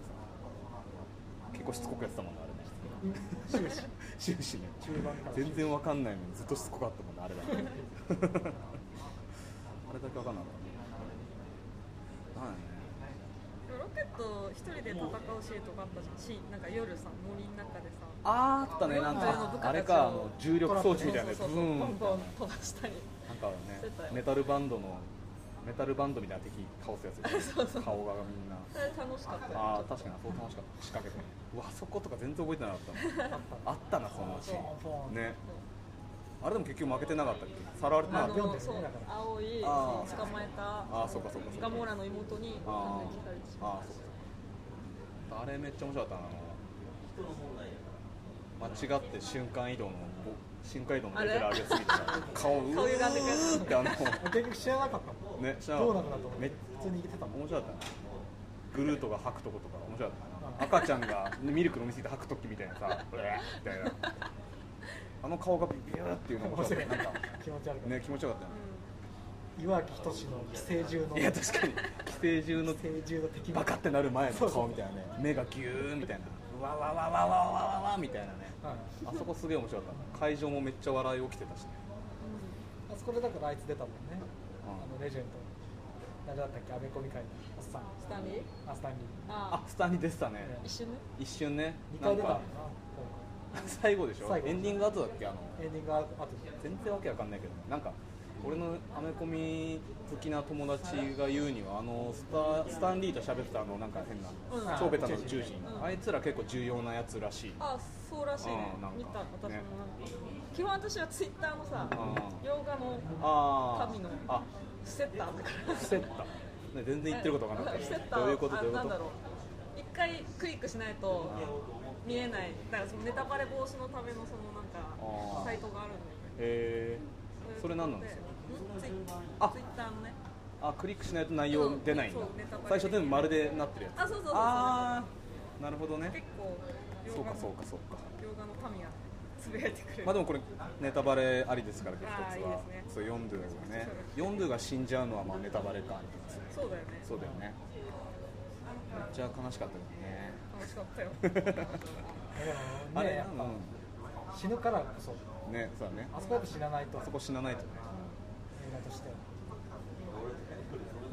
結構しつこくやってたもんねあれね終始終始ね
中盤から
全然分かんないのにずっとしつこかったもんねあれだねあれだけ分かんなかったなんやね
うんロケット一人で戦うシーンとかあったじゃんしなんか夜さ森の中でさ
あーあったねなん
ヨンドーの部
か
下たちを
あれかあの重力装置みたいなやつ
そう
う
そうそうそうボン
ん
ボン飛ばしたり
なんかね
してたよ
メタルバンドのメタルバンドみたいな敵倒すやつでしょ
そうそう
顔がみんな
それ楽しかったよ
ああ確かにそう楽しかった仕掛けてうわあそことか全然覚えてなかったあったなそのう
ポンポン
ちねあれでも結局負けてなかったっけさらわれてな
あ
かった
読んでる
の
ね
そう
だから
青い
あー
捕まえた
ああそうかそうかそうか
ガモーラの妹に
あ
感激されてし
あ
まう
ああそうかあれめっちゃ面白かったな間違って瞬間移動のぼ瞬間移動のレベル上げすぎてた顔う
顔歪んでくや
ーっ
つ
てあの
結局知らなかったもん
ね知らな
どう
か
な
っ
くなったたの
めっ
普通にいけてたもん
面白かったねグルートが吐くとことか面白かったな赤ちゃんがミルク飲みすぎて吐くときみたいなさ うえーみたいなあの顔がビビューっていうの面
面
白
白
かった
いなん
なん
か
か
気持ち悪く
ね気持ちよかったよね
岩城仁の寄生獣の
いや確かに寄生獣の
寄生獣の敵
バカってなる前の顔みたいなね目がギューみたいなうわわわわわわわわわみたいなね
はい
あそこすげえ面白かった会場もめっちゃ笑い起きてたしね、
あそこでだからあいつ出たもんね、
うん
あのレジェンド誰だったっけアメコミ界のおっさん
スタンリー
あスタンリ
あ
あ
スタンに出てたね、
え
一瞬ね
一瞬ね
ー2回出た
な
も
ん
ん
か
な今
最後でしょ
最後
エンディング後だっけあの
回エンディングアウトで
全然わけわかんないけどねなんか俺のアメコミ好きな友達が言うにはあのスタスタンリーと喋ってたあのなんか変な、
うん
超ベタな宇宙人、
うん
あいつら結構重要なやつらしい、
あそうらしいね
うんなんか
見た私も
ね
基本私はツイッターのさ
うん
洋画の
あー
神の
あ
スセッターとか
伏せった、ね、全然言ってることわかんなかっ
セッ
た
ター
どういうこと
あ
どういうこ
なんだ
と
ろう一回クリックしないと見えないだからそのネタバレ防止のためのそのなん
あー
かサイトがあるんだ
え
けど
ー、それ何なんですか
ツイ
あ
ツイッターのね
あクリックしないと内容出ないんだ
そうネタバレ
最初全部丸でなってるやつ
あそうそうそう
ああなるほどね
結構
そう
洋画
か
の
そうかそうか
洋画の民がつぶやいてくれる
まあでもこれネタバレありですから一つ
あーいい
は
ですね
そうヨンドゥがねヨンドゥが死んじゃうのはまあネタバレか
そうだよね
そうだよねめっちゃ悲しかったで
楽しかったよ
すね
も
あ
ね
れ
やっぱ死ぬからこそ
うんねそうだね
あそこやっぱ死なないと
あそこ死なないとね
映画としては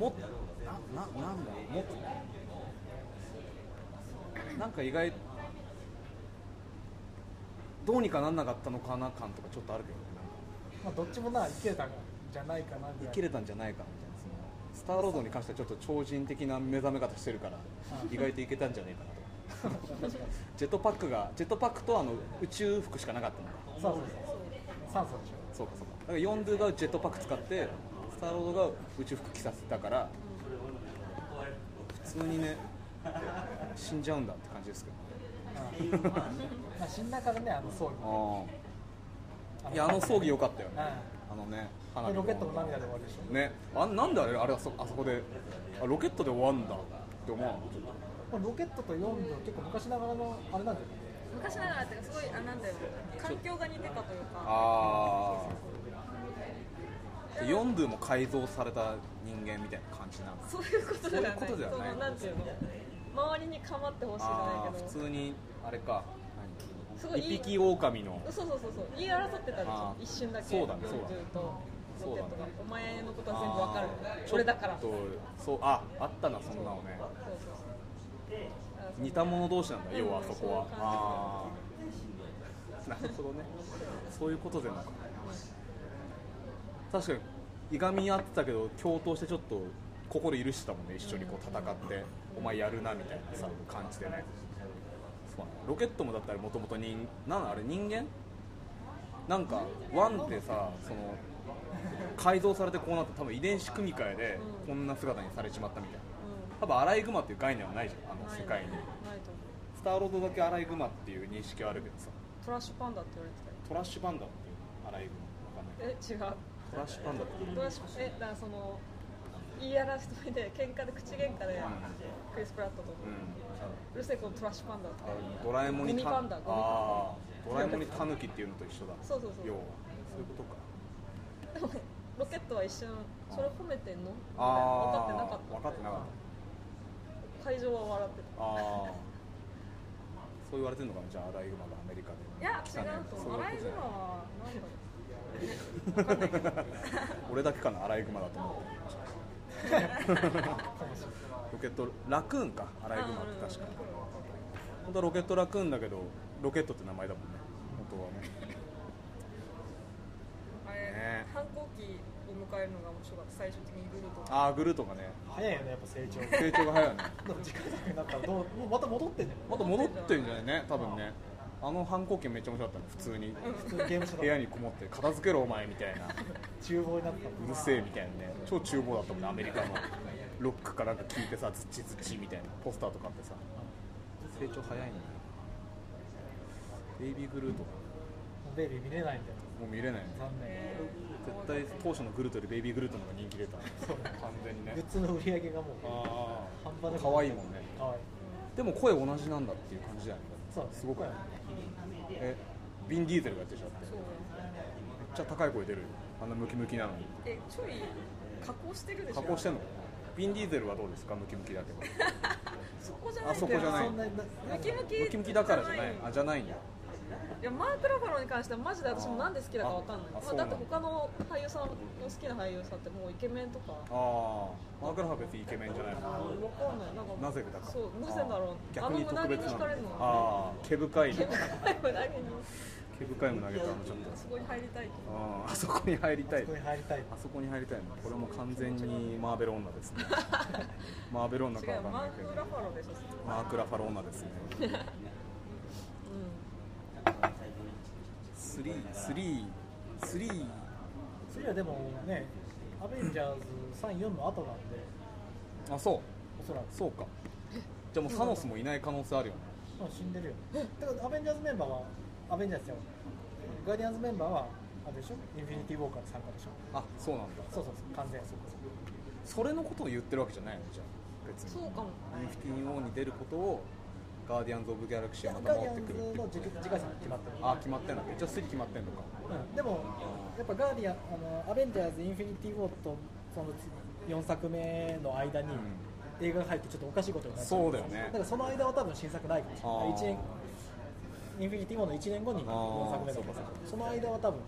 もっなななんだろうもっなんか意外どうにかなんなかったのかな感とかちょっとあるけどねなんか
まあどっちもな生きれたんじゃないかなぐ
生
らい
きれたんじゃないかみたいなそのスターロードに関してはちょっと超人的な目覚め方してるから意外といけたんじゃないかなとジェットパックがジェットパックとあの宇宙服しかなかったのか
そうそうそう酸素でしょ
そうかそうかだからヨンドゥがジェットパック使ってスターロードが宇宙服着させたから普通にね死んじゃうんだって感じですけど
うんまあ死んだからねあの葬儀
ねあーいやあの葬儀良かったよね
う
あのね
ん
花
で
火
ロケットの涙で終わるでしょ
ねあなんであれあれあそあそこであロケットで終わんだって思うの
これロケットと4秒結構昔ながらのあれなんだよね
昔ながらっていうかすごいあなんだよ環境が似てたというか
ああヨンドゥも改造された人間みたいな感じなの
そういうことじゃない
そういうことじゃない
そのなんていうの周りに構ってほしいじゃ
あ
ない
あ
けど
普通にあれか
すごい
何
いい
一匹狼の
そうそうそうそう言い争ってたでし
あ
ょ
ー
一瞬だけ
そうだね
40
そうだね
と
そう
ロケ
だ
ッ
ね
トがお前のことは全部わか
あ
る
ー
俺だか
ち
ら
ょ
そう
っ
そ
とそう
う
ああったなそんなのね
そう
似た者同士なんだ要はあそこは
うん
ああなるほどねそういうことでなんか確かにいがみ合ってたけど共闘してちょっと心許してたもんね一緒にこう戦ってお前やるなみたいなさ感じでねそうなんだロケットもだったらもともと人なんあれ人間なんかワンってさその改造されてこうなった多分遺伝子組み換えでこんな姿にされちまったみたいな
う
多分アライグマっていう概念はないじゃんあ
ん
の世界に
ないないと思う
スターロードだけアライグマっていう認識はあるけどさ
トラッシュパンダって言われてたよ
トラッシュパンダっていうアライグマわかんないけ
え違う
どトラッシュパンダっていう
トラッシュえだからその言い争いで喧嘩で口喧嘩でクリス・プラットと
う
うるせえこのトラッシュパンダって
んあドラえもんに
ゴミパンダ
あ
ゴミ
あードラえ
パンダ
もんにタヌキっていうのと一緒だ
そうそうそう
要はそういうことか
でもロケットは一瞬それ褒めてんのみたいな
あ
分
あ分か
かってなかっ
ってなかった
た会場は笑ってた
ああそう言われてるのかなじゃあアライグマがアメリカで
いや
来
違
たね
うと
そういう
思
こ
うアラ
とじゃない
イグマは何だろうわかんないけど
俺だけかなアライグマだと思ってロケットラクーンかアライグマって確か本当はロケットラクーンだけどロケットって名前だもんね本当はね
あれ
ね
反抗期を迎えるのが面白かった最終的にグルートが
ああグルートがね
早いよねやっぱ成長
成長が早いよね
でも時間なくなったらどうもうまた戻ってんね
また戻ってんじゃないね多分ねあの反抗期めっちゃ面白かったね普通に
普通にゲームしてた
部屋にこもって片付けろお前みたいなう
厨房になった
るせえみたいなね超厨房だったもんねアメリカのロックかなんか聞いてさズチズチみたいなポスターとかあってさ成長早いねベイビーグルート
ベイビー見れないんだよ
もう見れないね
残念
絶対当初のグルートよりベイビーグルートの方が人気出た完全に
グッズの売り上げがもう
あ
半端なく
可愛いもんね
可愛い
でも声同じなんだっていう感じだよね
そう
すごく
これ
えビン・ディーゼルがやってるじゃんって
そう
めっちゃ高い声出るよあんなムキムキなのに
えちょい加工してるでしょ
加工してんのビン・ディーゼルはどうですかムキムキだけど
そこじゃない
あ
んだよ
そこじゃない
そんなにな
ムキムキ
ムキムキだからじゃないあ
じゃない
じゃないんだ
いやマーク・ラファローに関してはマジで私もなんで好きだかわかんない
ああ
ま
そ
あ、
う
だ
な
っ
ん
て
だ
他の俳優さんの好きな俳優さんってもうイケメンとか
ああマーク・ラファー別にイケメンじゃない
わかんないなんか
なぜだか
そうなぜだろうあ
逆
の
に特
胸毛
別
に
な
惹かれるのは
ああ毛深いの
毛
毛深
深 い胸毛に
いも投げたあのちょっと
そこに入りたいと
あーあそこに入りたい
そこに入りたい
あそこに入りたいのこれも完全にマーベル女です ねマーベル女か
違
わ
う
かん
マ
な
ー
いけど
ク・ラファローでしょう
マーク・ラファロー女ですね
ん
333
次はでもねアベンジャーズ34の後なんで
あそう
おそらく
そうかじゃあもうサノスもいない可能性あるよね
もう死んでるよだからアベンジャーズメンバーはアベンジャーズよガーディアンズメンバーはあれでしょインフィニティウォーカーに参加でしょ
あそうなんだ
そうそうそう完全そう
それのことを言ってるわけじゃないのじゃあ別に
そうかも
インフィニティ・ウォーに出ることをガーディアンズ・オブ・ギャラクシーがまた
ガーディ
戻っ
ア
て
ン
くるっ
ズ
て
の次次回作決まってる
あ決まってんのじゃあ3決まってんのか
うん、でもやっぱガーディアンあのアベンジャーズインフィニティウォーとその4作目の間に映画が入ってちょっとおかしいことになっちゃ
そうだよね
だからその間は多分新作ないかもし
あー
れない一年インフィニティウォーの1年後に4
あー
作目だ
そう
か
かそうか
らその間は多分、ね、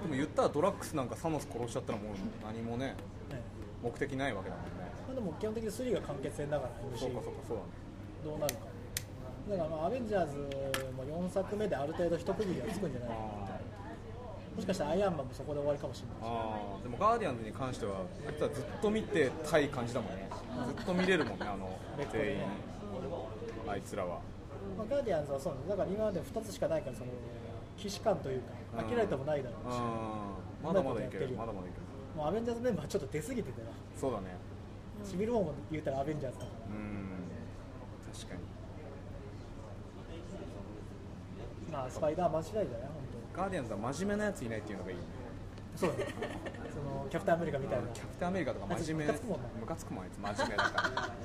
でも言ったらドラッグスなんかサノス殺しちゃったらもう何もね目的ないわけだもんね
まあでも基本的に3が完結戦だから
そう
MC
かそうかそうだね
どうなるかだからまあアベンジャーズも4作目である程度一区切りがつくんじゃないかな
あ
もしかしたらアイアンマンもそこで終わりかもしれない
ーあーでもガーディアンズに関してはあいつはずっと見てたい感じだもんねずっと見れるもんねあの全員あいつらは
まあ、ガーディアンズはそうなんですだから今まで2つしかないからその既視感というか飽きられてもないだろ
う
うし、
んまだまだいけるまだまだいける
もうアベンジャーズメンバーちょっと出過ぎててな、
そうだね
シビルウォーも言うたらアベンジャーズだか
うん確かに
らまあスパイダーマン次第だよね本
ガーディアンズは真面目なやついないっていうのがいいよね
当そうだねそのキャプテンアメリカみたいな
キャプテンアメリカとか真面目
あいつムカつくもんね
ムカつくもんあいつ真面目だか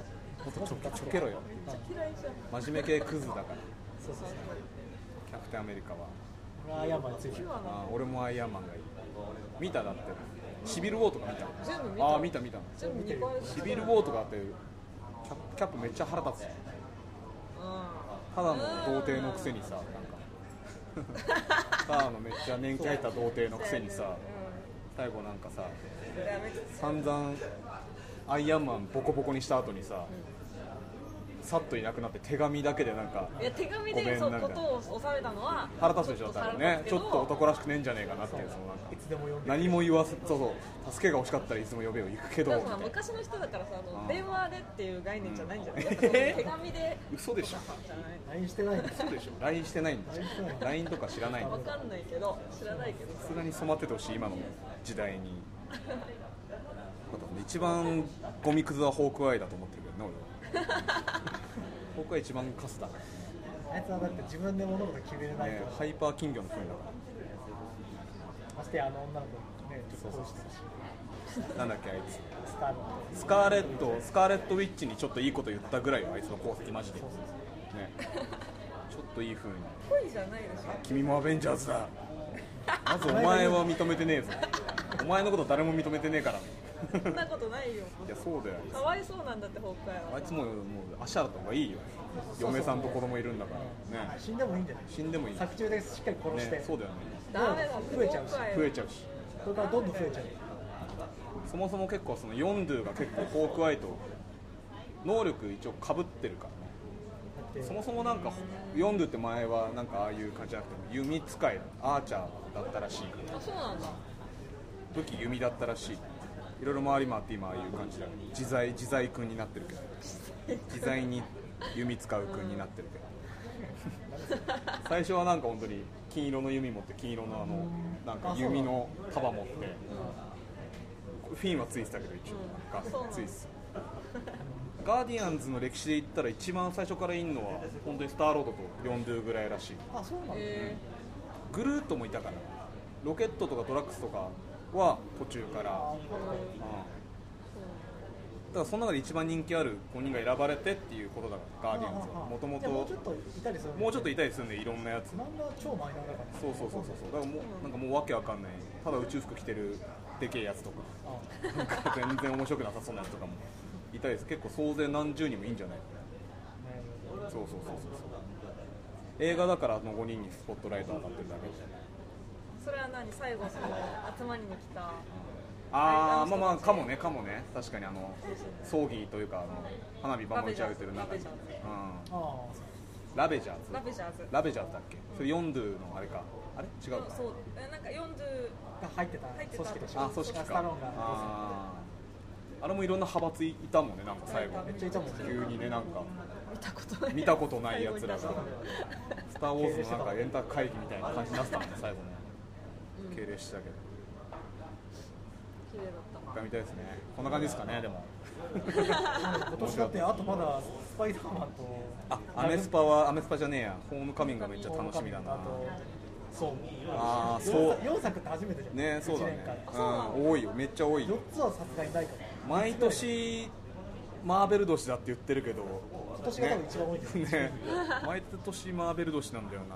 らもっとちょけちょけろよ
うんそう
嫌いじゃん
真面目系クズだから
そうそう
キャプテンアメリカは
俺はアイアンマンについて
ピ
る
ュアな
あー俺もアイアンマンがいい見ただってシビルウォーとか見た
全部見た
ああー見た見た
全部2回
シビルウォーとかってキャップキャップめっちゃ腹立つただの童貞のくせに さなんかただのめっちゃ年季入った童貞のくせにさ最後なんかさ
うんダ
散
メ
々アイアンマンボコボコにした後にさ、さっといなくなって手紙だけでなんか
いや手紙
ごめん
で
な
そう
みた
こ
いな
とを収めたのは
腹立つでしょ多
腹
分
立
ね
つけ
ちょ
ど
っと男らしくねえんじゃねえかなっていうそのなんか
いつでも呼んで
何も言わせそうそう助けが欲しかったらいつも呼べよ行くけど
で
みた
もさ
いな
昔の人だからさあ
うん
の電話でっていう概念じゃないんじゃない、
うん
やっぱその手紙で
嘘でしょ
じゃない
ラインしてないの
嘘でしょ LINE してないんだ
LINE してない
LINE とか知らないんだ
わかんないけど知らない けど
さすがに染まっててほしい今の時代に また一番ゴミくずはホークアイだと思ってるけどね俺は ホークアイ一番カスだから
あいつはだって自分で物事決めれないか
ね
ら、
ハイパー金魚の糞だか
ましてやあの女の子ねちょっと恋してたし
らなんだっけあいつ
スターの
スカーレットスカーレットウィッチにちょっといいこと言ったぐらいよあいつの功績マジでねちょっといい風に
恋じゃないでしょ
君もアベンジャーズだまずお前は認めてねえぞお前のこと誰も認めてねえから
そんなことないよ
いやそうだよ
かわいそうなんだって北海
あ
はい
つももうアシャだった方がいいよ嫁さんと子供いるんだからね
死んでもいいんじゃない
死んでもいいね
作中でしっかり殺して、
そうだよね
ダメだって
増えちゃうし
北海
増えちゃうし
これからどんどん増えちゃう
そもそも結構そのヨンドゥが結構ホークアイと能力一応かぶってるからね
だって
そもそもなんか読んでて前はなんかああいう感じじゃなくて弓使いアーチャーだったらしい
あそうなんだ
武器弓だったらしいいろいろ回り回って今ああいう感じだ自在自在君になってるけど自在に弓使う君になってるけど最初はなんか本当に金色の弓持って金色のあのなんか弓の束持ってフィンはついてたけど一応ガ
そうなんだ
ついてたガーディアンズの歴史で言ったら一番最初からいんのは本当にスターロードとヨンドゥぐらいらしい
あそうなんだ
え
グルートもいたからロケットとかドラッグスとかは途中から、
あ
うん、だからその中で一番人気ある5人が選ばれてっていうことだからガーディアンズはもとも
じゃあもうちょっ
と
といたりする
もうちょっとい
た
たりするんでいろんなやつ
漫画は超マイナーだから
そうそうそうそうそうだからもうなんかもうわけわかんないただ宇宙服着てるでけえやつとか
あ
なんか全然面白くなさそうなやつとかもいたりです結構総勢何十人もいいんじゃない
あね
そうそうそうそう映画だからあの5人にスポットライト当たってるだけで
それは何最後その集まりに来た
あ
あ
あ
の
まあ
人たち
まあかもねかもね確かにあの葬儀というかあの花火バンバン打ち上げてる中に、
ラベジャーズ
う
あ
ん、ラベジャーズ
ラベジャーズ
ラベジャーズだっけそれヨンドゥのあれかあれ違うか
そうえなんか40
あが入ってた
入ってた
組織でしょ
あ組織か
スタローンが
あーあれもいろんな派閥いたもんねなんか最後
めっちゃいたもんね
急にねなんか
見たことない
見たことないやつらが
最後に出した
「スター・ウォーズ」のなんか円卓会議みたいな感じになってたもんね最後ね
うん
敬礼してたけど
綺麗だった
一回見たいですねこんな感じですかね でも
今年だってあとまだスパイダーマンと
あアメスパはアメスパじゃねえやホームカミングがめっちゃ楽しみだ
あ
な
とそう
あーそう
4作4作って初めてじゃん
ねそうだ
一
ね
年間、
うん、多いよめっちゃ多いよ
4つはさすがにないかも
毎年マーベル年だって言ってるけど
今年が多分一番多いんだよ
ねね毎年マーベル年なんだよな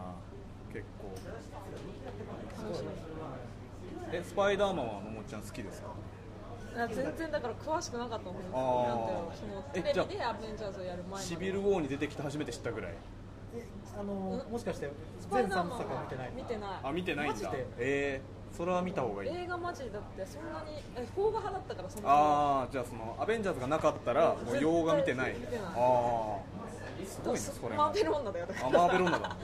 結構えスパイダーマンはのもっちゃん好きですか
いや全然だから詳しくなかったもん
あ
です
ー
よなん
え
ていうのそのテレビ
じ
でアベンジャーズをやる前まで
シビルウォーに出てきて初めて知ったぐらい
えあの
うん
もしかして
スパイ
全3
ダーマン
作は見てない
見てない
あ見てないん
マジ
だ
で
えー、それは見た方がいい
映画マジだってそんなにえ邦画派だったからそんなに
ああじゃあそのアベンジャーズがなかったらもう洋画見てない
見てない
ああすごいね
そ
それ
マ
も
ーベル女だよだか
あ
ら
マーベル女だね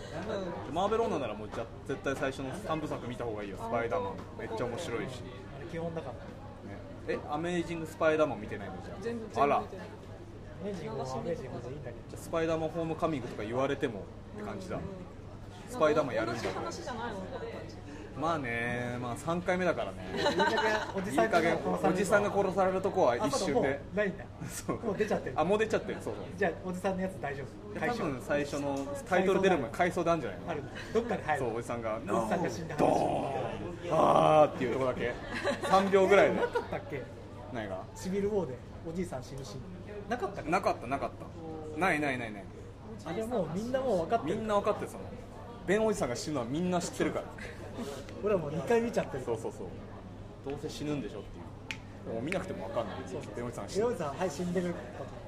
うん
マーベル女ならもうじゃ絶対最初の3部作見た方がいいよスパイダーマンめっちゃ面白いし、ね、
あれ基本だから
えアメージングスパイダーマン見てないのじゃあ
全部全部見て
あ
な
ら
い
じゃ
明治5は明治5でいいんだけ
あスパイダーマンホームカミングとか言われてもって感じだ、
うんうん
スパイダーマンやるんだ
同じ話じゃないのこの感じ
まあねまあ3回目だからね
どいい加減お
い
じ
い
さん
加減おじさんが
れる
殺されるとこは
あ
一
そう
瞬で
もうないんだ
そう
もう出ちゃってる
あもう出ちゃってるそう
じゃあおじさんのやつ大丈夫
そう多
解消
分最初のタイトル出る前回想なんじゃないの
あるんだどっかで入る
そうおじさんが「
おじさんが死んだ話
ドーンあーっていうとこだけ3秒ぐらいで
なかったっけ
何が
シビルウォーでおじいさん死ぬシーンなかったっけ
なかったなかったないないないない
あれもうみんなもう分かって
み
る
んな分かってるその弁おじさんが死ぬのはみんな知ってるから
俺はもう2回見ちゃってる
そうそうそうどうせ死ぬんでしょっていうもう見なくても分かんない弁おじさんが死
ヒ
ぬ
ロミさんはい死んでる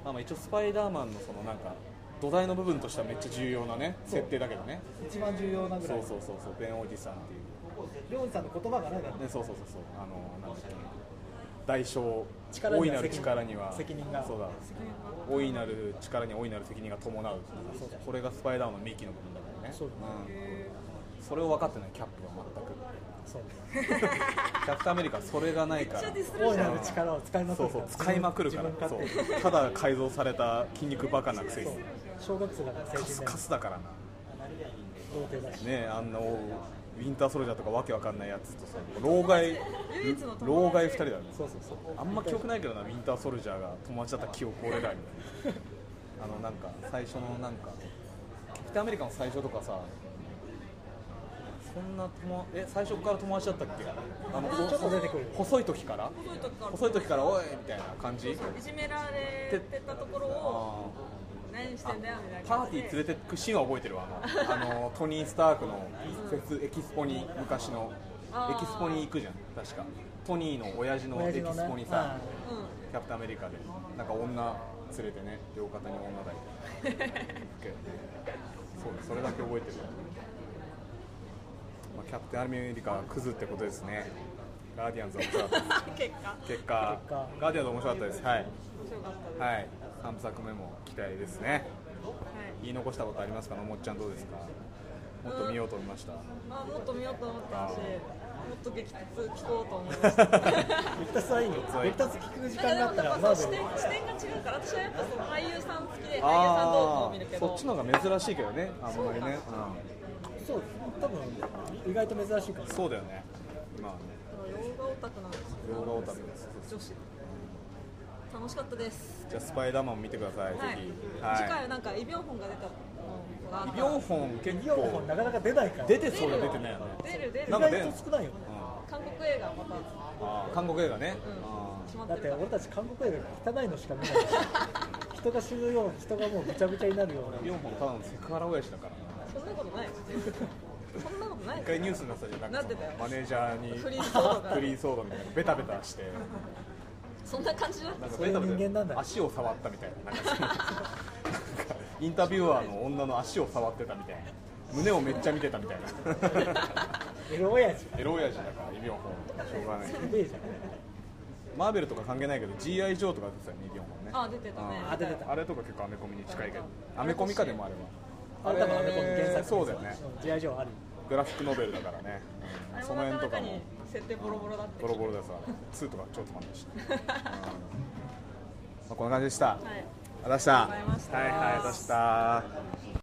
まあまあ一応スパイダーマンのそのなんか土台の部分としてはめっちゃ重要なね
そう
設定だけどね
一番重要な
そ
ぐ
う
らい
そうそうそう弁おじさんっていう
ヒロミさんの言葉がないだって
ねそうそうそうそうあのなんだっけ代償
力には
大いなる力には
責任が
そうだ大いなる力には大いなる責任が伴う
そうだ
これがスパイダーマンの幹の部分だからね
そ
う
う
んそれを分かってないキャップは全く
そう
キャプテンアメリカはそれがないから
めっちゃディス
大いなる力を使いまく
そ
る
うそう使いまくるから
自分勝手に
そうただ改造された筋肉バカなくせに
そう小学生だから成
カ
人
ス
だ
カ
よ
スだからな
童貞だし
ねえあんなおウィンターソルジャーとかわけわかんないやつとさ老害
唯一の友達
老害2人だよね
そうそうそう
あんま記憶ないけどなウィンターソルジャーが友達だった記憶俺 らにあのなんか最初のなんかキャプテンアメリカの最初とかさそんな友え最初から友達だったっけあの
ちょっと出てくる
細い時から
細い時から
細い時からおいみたいな感じ
いじめられてたところを
あ
何してんだよみたい
ー
な
パー
感
テ
じ
ィ
で
ー連れてくシーンは覚えてるわあ のあのトニー・スタークの説エキスポに昔の
あー
エキスポに行くじゃん確かトニーの親父のエ
親
キ
父の
ス
ね
ポにさ、
うん
キャプテンアメリカでなんか女連れてね両肩に女抱いてそうだそれだけ覚えてる、まあ、キャプテンアメリカはクズってことですねガーディアンズは面白かったで
結果
す結果
結果
ガーディアンズ面白かったですはい、
面白かったです、
はい、3作目も期待ですね
はい
言い残したことありますかのもっちゃんどうですかもっと見ようと思いました、
まあ、もっと見ようと思ってたし、もっと激突聞こうと思いました。なんか
ビクタスはいいよ
そう
ビクタス聞く時間が
でも
あった
や
ら
っ
マ
ぱ
ー
視
ベ
点
ル
視点が違うから、私はやっぱその俳優さん好きで、俳優さんどうこ
あ
う見るけ
ー
ど、
そっちの方が珍しいけどねあんまりね、
そう多分意外と珍しいから
うん、そうだよねまあね
洋画オタクなんですよ
動画オタクです
女子。楽しかったです。
じゃあスパイダーマンも見てください、
はい
ぜひ。
次回はなんかイビョンホンが出たのがあった。
イビョンホン結
イオンも
構
なかなか出ないから
出てそうで出てないよね。
出る出る
意
な。んか
外
出んの
と少ないよね
韓国映画また、う
うん韓国映画ね。
ん、決まっ
だ
て
って
るから
俺。たち韓国映画汚いのしか見ないし人が死ぬような人がもうぐちゃぐちゃになるような
イビョンホンただのセクハラ親父だからな。
そんなことないよ。そんなことない
一回ニュースになってたじゃん。なんかその
なって
マ
たよ
ネージャーに
フリーソードが
フリーソードみたいなベタベタして、
そんな感じだった
なんか
そうい
ベ
う
タ
人
ベ
間なん
タ
だ
足を触ったみたいな。なんかそのなんかインタビュアーの女の足を触ってたみたいな。胸をめっちゃ見てたみたい な
エロ親父
エロ親父だからイ・ビョンホンしょうがない
ベーじゃん
マーベルとか関係ないけど G.I. ジョーとか出てたよねイ・ビョンホンね
あ出てたね
うん
あ出てた
あれとか結構アメコミに近いけどアメコミかでもあれは
あれ多分アメコミ原作
そうだよね
地合上ある
グラフィックノベルだからね、
あ
うん
れ
そ
も
の
な
辺
か
とか
な
も
かに設定ボロボロだって
ボロボロださ2とか超つまんない し、うんまあこんな感じでした、
は
あ
い
りがとうございました
ありがとうございました
はいはいありがとうございました